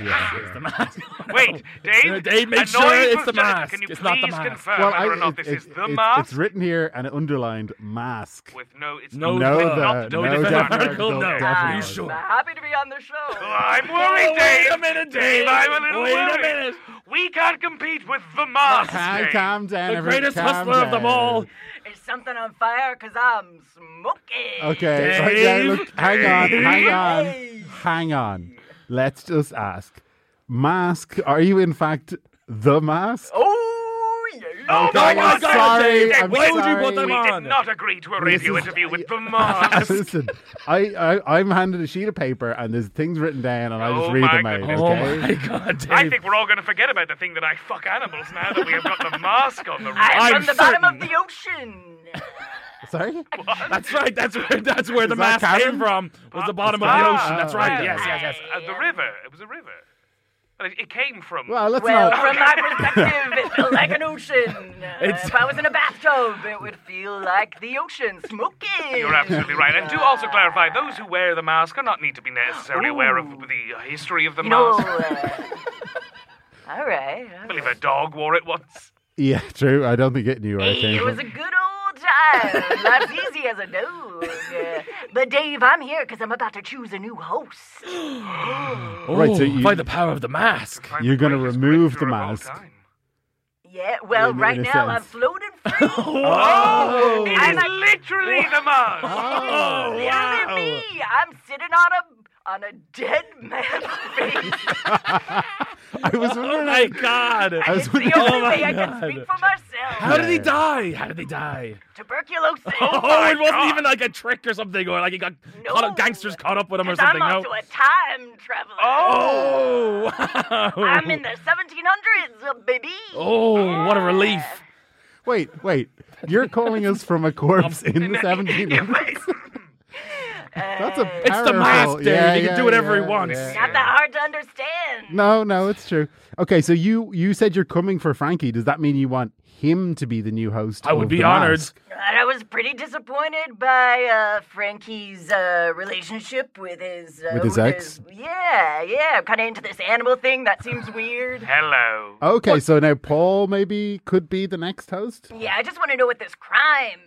the mask.
*laughs* Wait, Dave.
Uh, Dave, make
a
sure
noise
it's
was
the
just-
mask.
Can you
It's
please
not the mask.
confirm
*laughs* Well,
whether or
I-
not
it-
this
it-
is the
it's-
mask?
It's written here and underlined Mask.
With no, it's
No,
No,
the-
the-
not
no,
no,
the
definitely
vertical,
not.
no.
Definitely
Are you
not.
sure?
Happy to be on the
Oh,
show.
*laughs* I'm worried,
Oh,
Dave.
wait a minute, Dave.
I'm a little
Wait a
worried.
minute.
We can't compete with the mask.
Calm,
Dave.
calm down,
The
everyone,
greatest
calm
hustler of them
down.
all.
Is something on fire? Cause I'm smoking.
Okay. right, yeah,
Dave.
look, hang on, hang on,
Dave.
hang on. Let's just ask. Mask, are you in fact the mask?
Oh yes.
Oh,
my
God.
God,
sorry,
David,
I'm
why would you
sorry.
put them
We
We
on?
did not agree to a radio interview with
*laughs*
Vermont.
*laughs* Listen, I, I I'm handed a sheet of paper and there's things written down and I just
Oh
read
my
them out.
goodness.
Oh
Okay.
my god, Dave.
I think we're all going to forget about the thing that I fuck animals now that we have got the mask
*laughs*
on the
I'm,
right.
from the bottom of the ocean.
*laughs*
Sorry.
that's right. That's where that's where the
that
mask
Karen?
came from. Was the bottom of the ocean. That's right. Yes, yes, yes.
Uh, the river. It was a river. Well, It, it came from.
Well, let's
Well,
not.
from my perspective, it's like an ocean. Uh,
It's-
if I was in a bathtub, it would feel like the ocean smoking.
You're absolutely right. And do also clarify those who wear the mask are not need to be necessarily aware of the history of the
You know,
mask.
uh, all right. all
I believe a dog wore it once.
Yeah, true. I don't think it knew. I
Hey,
think.
it was a good old time. Life's easy as a dog. Uh, but Dave, I'm here because I'm about to choose a new host.
Right, so
Oh,
you-
by the power of the mask.
I'm
You're gonna
greatest
remove the
breakthrough of all
mask.
time.
*laughs* Yeah, well,
In-
right
in a
now I'm
sense.
floating free.
Oh, it
I'm
is
a-
literally the mask.
oh,
wow.
me. I'm sitting on a on a dead
*laughs*
man's face.
I was wondering.
Oh my god.
I was
It's
wondering-
the only
my
way I can
God.
speak for myself.
How did he die? How did he die?
Tuberculosis.
*laughs* Oh,
my
it wasn't
God.
even like a trick or something, or like he got
No.
caught up, gangsters caught up with him or
'Cause I'm
something. no.
off to a time traveler.
Oh, wow.
I'm in the 1700s, baby.
Oh, what a
Yeah.
relief.
Wait, wait. You're calling us from a
*laughs*
corpse in the 1700s. That's
Uh,
a
It's the mask,
powerful-
Dave.
Yeah,
he can
yeah,
do whatever
yeah,
he wants.
yeah.
Not that hard to understand.
No, no, it's true. Okay, so you you said you're coming for Frankie. Does that mean you want him to be the new host?
I would
of
be
The
honored.
Mask?
And I was pretty disappointed by uh, Frankie's uh, relationship with his uh,
With his ex?
yeah, yeah. I'm kind of into this animal thing. That seems
*laughs*
weird.
Hello.
Okay, so now Paul maybe could be the next host.
Yeah, I just want to know what this crime.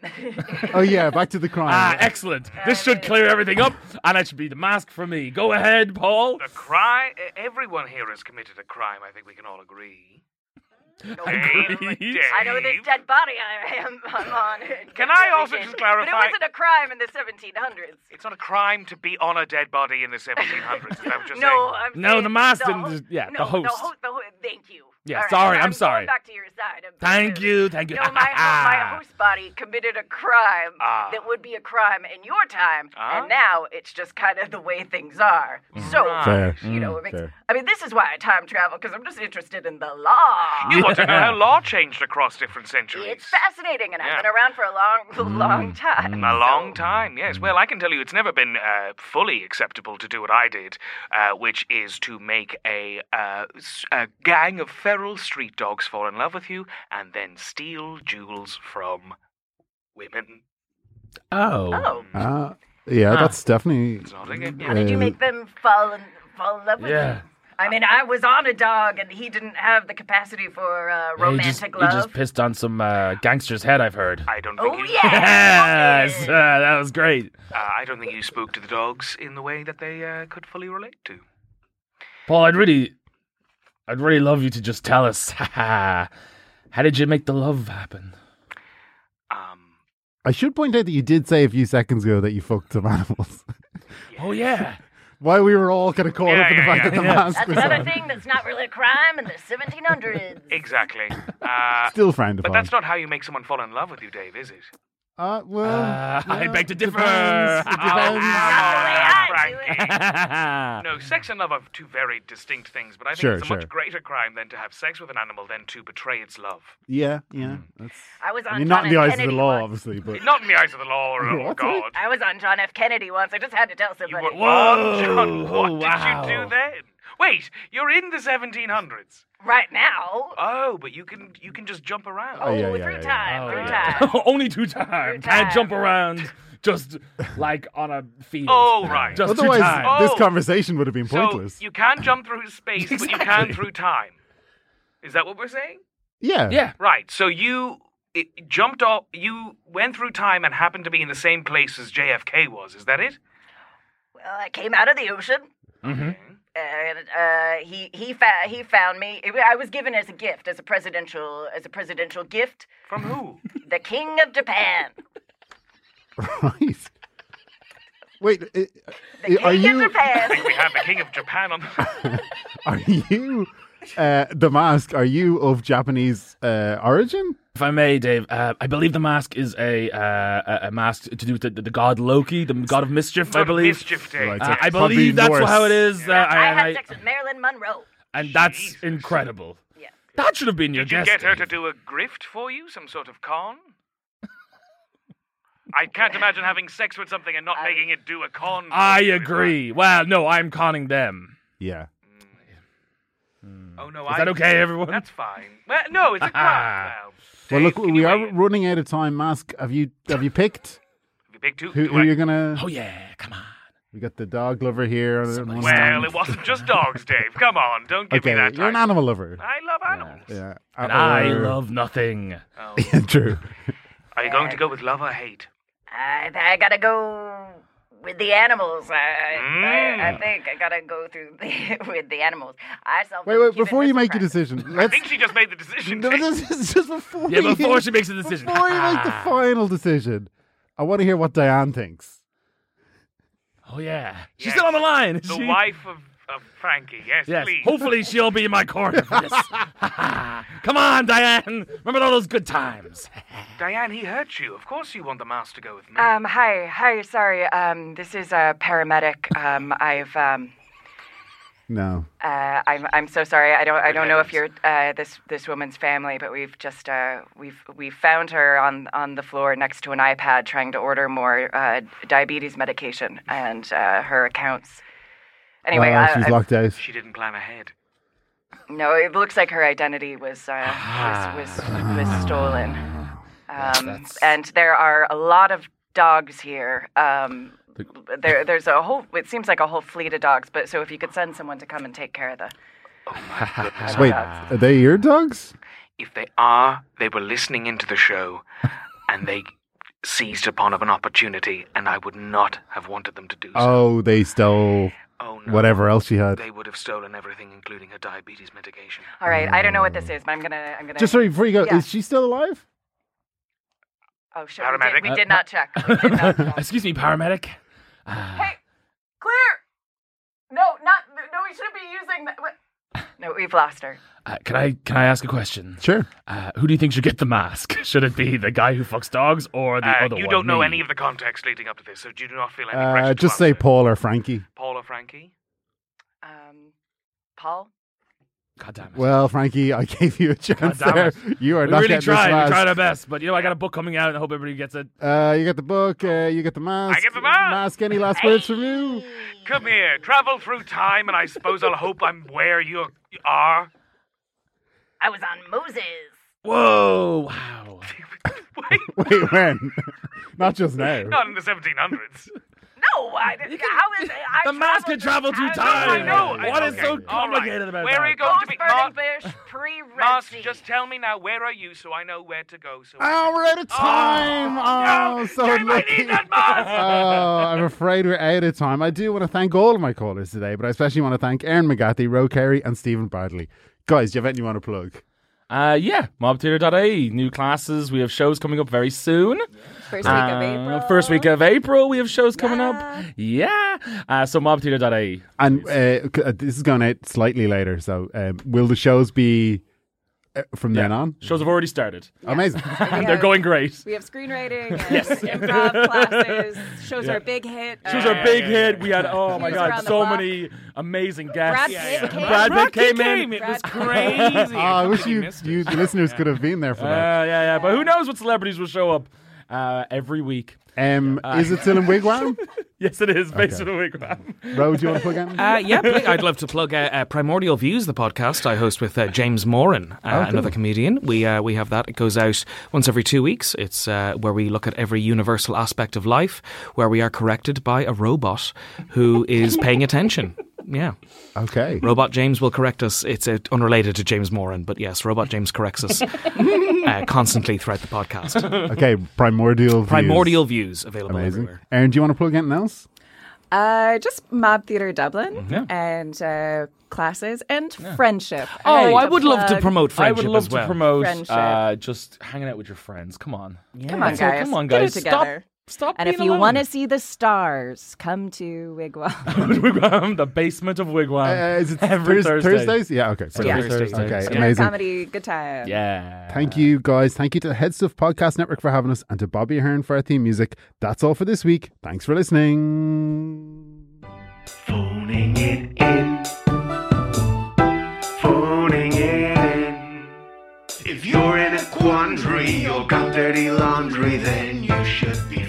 *laughs*
Oh yeah, back to the crime.
Ah, excellent. This should clear everything up, and that should be the mask for me. Go ahead, Paul.
The cry. e- Everyone here has committed a crime. I think we can all agree.
Agreed.
I know
*laughs*
this dead body I am I'm on.
Can I also just
But it
clarify-
wasn't a crime in the 1700s.
It's not a crime to be on a dead body in the 1700s. I'm just
*laughs* No,
saying.
I'm
No,
saying
the mask
ho-
didn't- yeah, the
no, The
host.
ho- the ho- thank you.
Yeah,
All right,
sorry, I'm
I'm
sorry.
Going back to your side. I'm
Thank
sorry.
you, thank you. Ah,
No,
*laughs*
my, ho- my host body committed a crime
Ah.
that would be a crime in your time,
Ah.
and now it's just kind of the way things are. So,
Fair.
you know, it makes,
fair.
I mean, this is why I time travel because I'm just interested in the law.
You want to know
*laughs*
how law changed across different centuries?
uh, it's fascinating, and
Yeah.
I've been around for a long, long time.
A long time, yes. Well, I can tell you it's never been uh, fully acceptable to do what I did, uh, which is to make a, uh, s- a gang of feral street dogs fall in love with you and then steal jewels from women.
Oh.
Oh,
Ah, yeah, that's definitely.
Exotic, eh?
how did you
uh,
make them fall in, fall in love with
Yeah.
you? I mean, I was on a dog, and he didn't have the capacity for uh,
He
romantic
just, he
love.
just pissed on some uh, gangster's head, I've heard. *laughs*
I don't think
oh
you,
yeah,
Yes, uh, that was great.
uh, I don't think you spoke to the dogs in the way that they uh, could fully relate to.
Paul, I'd really, I'd really love you to just tell us, *laughs* how did you make the love happen?
Um,
I should point out that you did say a few seconds ago that you fucked some animals. *laughs*
Oh yeah,
Why we were all kind of caught
Yeah,
up in the
yeah,
fact
yeah,
that the
yeah.
mask
That's
was
another
on.
thing that's not really a crime in the 1700s.
exactly. Uh,
still frowned
but
upon.
that's not how you make someone fall in love with you, Dave, is it?
Uh, well,
Uh, I
yeah,
beg to
it
differ.
*laughs* depends, it
Oh,
depends.
That's the way I do
Frankie.
it.
Ah, No, sex and love are two very distinct things, but I think
Sure,
it's a
sure.
much greater crime than to have sex with an animal than to betray its love.
Yeah, yeah. That's,
I was on
I mean,
John
not in the
F.
eyes of
Kennedy
the law,
once.
obviously, but
Not in the eyes of the law or oh
What's
God.
I was on John F. Kennedy once. I just had to tell
You
somebody.
were,
Whoa,
oh, John, what
oh,
did you
wow.
do then? Wait, you're in the 1700s.
Right now,
Oh, but you can you can just jump around.
oh,
yeah, yeah,
through
yeah.
time,
Oh,
through
*laughs* yeah.
time.
Only two times.
Two
Can't
times.
jump around. Just like on a field.
Oh, right.
Just two
otherwise
times.
this
Oh.
conversation would have been
so
pointless.
you can jump through space, but you can
Exactly.
through time. Is that what we're saying?
yeah,
Yeah.
Right. So you it, jumped off. You went through time and happened to be in the same place as JFK was. Is that it?
Well, I came out of the ocean.
Mm-hmm.
And uh, he he fa- he found me. It- I was given as a gift, as a presidential, as a presidential gift,
From who?
the King of Japan.
right. *laughs* Wait, i-
The King
are
of
you
Japan.
we have the King of Japan on. The-
are you uh, the mask? Are you of Japanese uh, origin?
If I may, Dave, uh, I believe the mask is a uh, a- a mask to do with the, the god Loki, the god of mischief. I
Good
believe.
Mischief day.
Right.
Uh, I
Probably
believe that's
Norse.
how it *laughs* is. Uh,
I
I-
had
I-
sex with Marilyn Monroe.
and that's
Jesus.
incredible.
Yeah.
That should have been your
Did you get
guess.
her to
Dave.
do a grift for you? Some sort of con? I can't imagine having sex with something and not
I-
making it do a con. for
I
you.
agree. Well, no, I'm conning them.
Yeah.
Oh no,
Is
I,
that okay, everyone?
That's fine. Well, no,
*laughs*
it's a crime. well,
Well,
Dave,
look,
can
we
you
are
wait?
running out of time. Mask, have you have you picked
You pick two.
who,
do
who
I-
you're gonna?
oh yeah, come on.
We got the dog lover here. and
Somebody-
one
well,
down.
it wasn't just dogs, Dave. Come on, don't give
Okay,
me that.
you're an
title.
animal lover.
I love animals.
Yeah,
Ah, And I
Or-
love *laughs* nothing.
Oh.
Yeah, *laughs* true.
Are you going to go with love or hate?
I, I gotta go with the animals. I, I, I
Mm.
think I gotta go through the, *laughs* with the animals. I saw
Wait, wait. Before you make your decision,
I
let's.
think she just made the decision.
*laughs* No,
Dave.
this is just before.
Yeah, before
you, *laughs*
she makes a decision. Ah.
Before you make the final decision, I want to hear what Diane thinks.
Oh yeah, she's
Yes.
still on the line. is
the
she?
wife of, of Frankie. Yes,
Yes.
please.
Hopefully she'll be in my corner for this. Come on, Diane. Remember all those good times.
Diane, he hurt you. Of course, you want the mouse to go with me. Uh,
Um, hi, hi, sorry. Um, this is a paramedic. Um, I've, um,
No.
uh, I'm, I'm so sorry. I don't, I don't know if you're
heavens.
uh, this this woman's family, but we've just, uh, we've, we found her on on the floor next to an iPad, trying to order more uh, diabetes medication, and uh, her accounts. Anyway,
Wow,
I-
Ah, she's
I-
locked out.
she didn't plan ahead.
No, it looks like her identity was uh, was, was
Ah.
was stolen. Um,
that's-
and there are a lot of dogs here. Um, there, there's a whole. It seems like a whole fleet of dogs. But so if you could send someone to come and take care of the.
Wait, are they your dogs?
If they are, they were listening into the show, and they seized upon of an opportunity, and I would not have wanted them to do so.
Oh, they stole
oh no.
whatever else she had.
They would have stolen everything, including her diabetes medication.
All right, I don't know what this is, but I'm gonna. I'm gonna.
Just sorry before you go.
Yeah.
Is she still alive?
oh shit, we did,
Paramedic?
we did
*laughs*
not check. We
*laughs*
did not check.
Excuse me, paramedic.
Clear. No, not. No, we shouldn't be using that. what- No, we've lost her.
Uh, can I can I ask a question?
Sure.
Uh, who do you think should get the mask? *laughs* Should it be the guy who fucks dogs or the
Uh,
other
you
one?
don't know
me?
any of the context leading up to this, so do not feel any pressure.
Uh,
to
just say
answer.
Paul or Frankie.
Paul or Frankie.
Um, Paul.
God damn it.
Well, Frankie, I gave you a
*laughs*
chance
damn
there.
it.
You are
we
not
really
getting
tried.
This
We
mask.
tried our best, but you know I got a book coming out, and I hope everybody gets it.
Uh, you got the book. Uh, you get the mask.
get the mask.
Any last words from you?
Come here, travel through time, and I suppose I'll hope I'm where you are. *laughs*
I was on Moses.
Whoa! Wow.
Wait,
Wait, when? *laughs* Not just now.
not in the 1700s.
No, I, how is I
the mask can travel through time.
I know. I-
What is
okay, all
so
right.
complicated about
Where
that?
are you going to
Post
be?
burning
Mar-
bush, pre red
Mars,
Sea.
just tell me now, where are you so I know where to go? So I
Oh, we're out of time. Oh,
no.
so
Damn, I
unlucky.
need that mask.
*laughs* oh, I'm afraid we're out of time. I do want to thank all of my callers today, but I especially want to thank Aaron McGathy, Ro Carey, and Stephen Bradley. Guys, do you have anything you want to plug?
Uh, yeah, mobtheatre.ie. New classes. We have shows coming up very soon.
First week
Uh,
of April.
First week of April, we have shows coming up. Yeah. Uh, so mobtheatre.ie.
And uh, c- uh, this is going out slightly later, so um, will the shows be uh, from then on?
Shows have already started.
*laughs*
Amazing.
We
They're
have-
going great.
We have screenwriting, and
*laughs*
improv classes. Shows are a big hit.
Shows
uh,
our big hit. We had oh my
Shows are on
god,
the
so
block.
many amazing guests.
Brad
Brad
Pitt came.
Pitt came, in.
Brad Pitt.
crazy. *laughs*
Oh, I wish you, you the listeners could have been there for
Uh,
that.
yeah, yeah. But who knows what celebrities will show up uh, every week? *laughs*
Um, is it still in Wigwam?
Yes, it is based on a week.
Ro, do you want to plug anything?
Uh, yeah, please, I'd love to plug uh, uh, Primordial Views, the podcast I host with uh, James Moran, uh,
Oh,
another comedian. We uh, we have that. It goes out once every two weeks. It's uh, where we look at every universal aspect of life, where we are corrected by a robot who is paying attention. Yeah,
okay.
robot James will correct us. It's uh, unrelated to James Moran, but yes, robot James corrects us uh, constantly throughout the podcast.
Okay, primordial. Views.
Primordial Views available
Amazing.
everywhere.
Aaron, do you want to plug anything else?
Uh, just *laughs* Mob Theatre Dublin
Mm-hmm.
and uh, classes and friendship.
Oh,
Hey.
I would love to
Plug.
promote
I
friendship
would love
as well.
to promote
Friendship.
uh, just hanging out with your friends. Come on,
Come on,
So
guys.
come on,
Get it
guys. Stop
together.
Stop
And
being
if you
alone.
want to see the stars, come to Wigwam.
*laughs* Wigwam, the basement of Wigwam.
Uh, is it
Um, *laughs* every
Thurs-
Thursday.
Thursdays? Yeah, okay.
Every
perfect.
Thursday.
Okay,
Yeah.
amazing.
Comedy, good time.
Yeah.
Thank you, guys. Thank you to the Head Stuff Podcast Network for having us and to Bobby Ahern for our theme music. That's all for this week. Thanks for listening.
Phoning it in. Phoning it in. If you're in a quandary or got dirty laundry, then you should be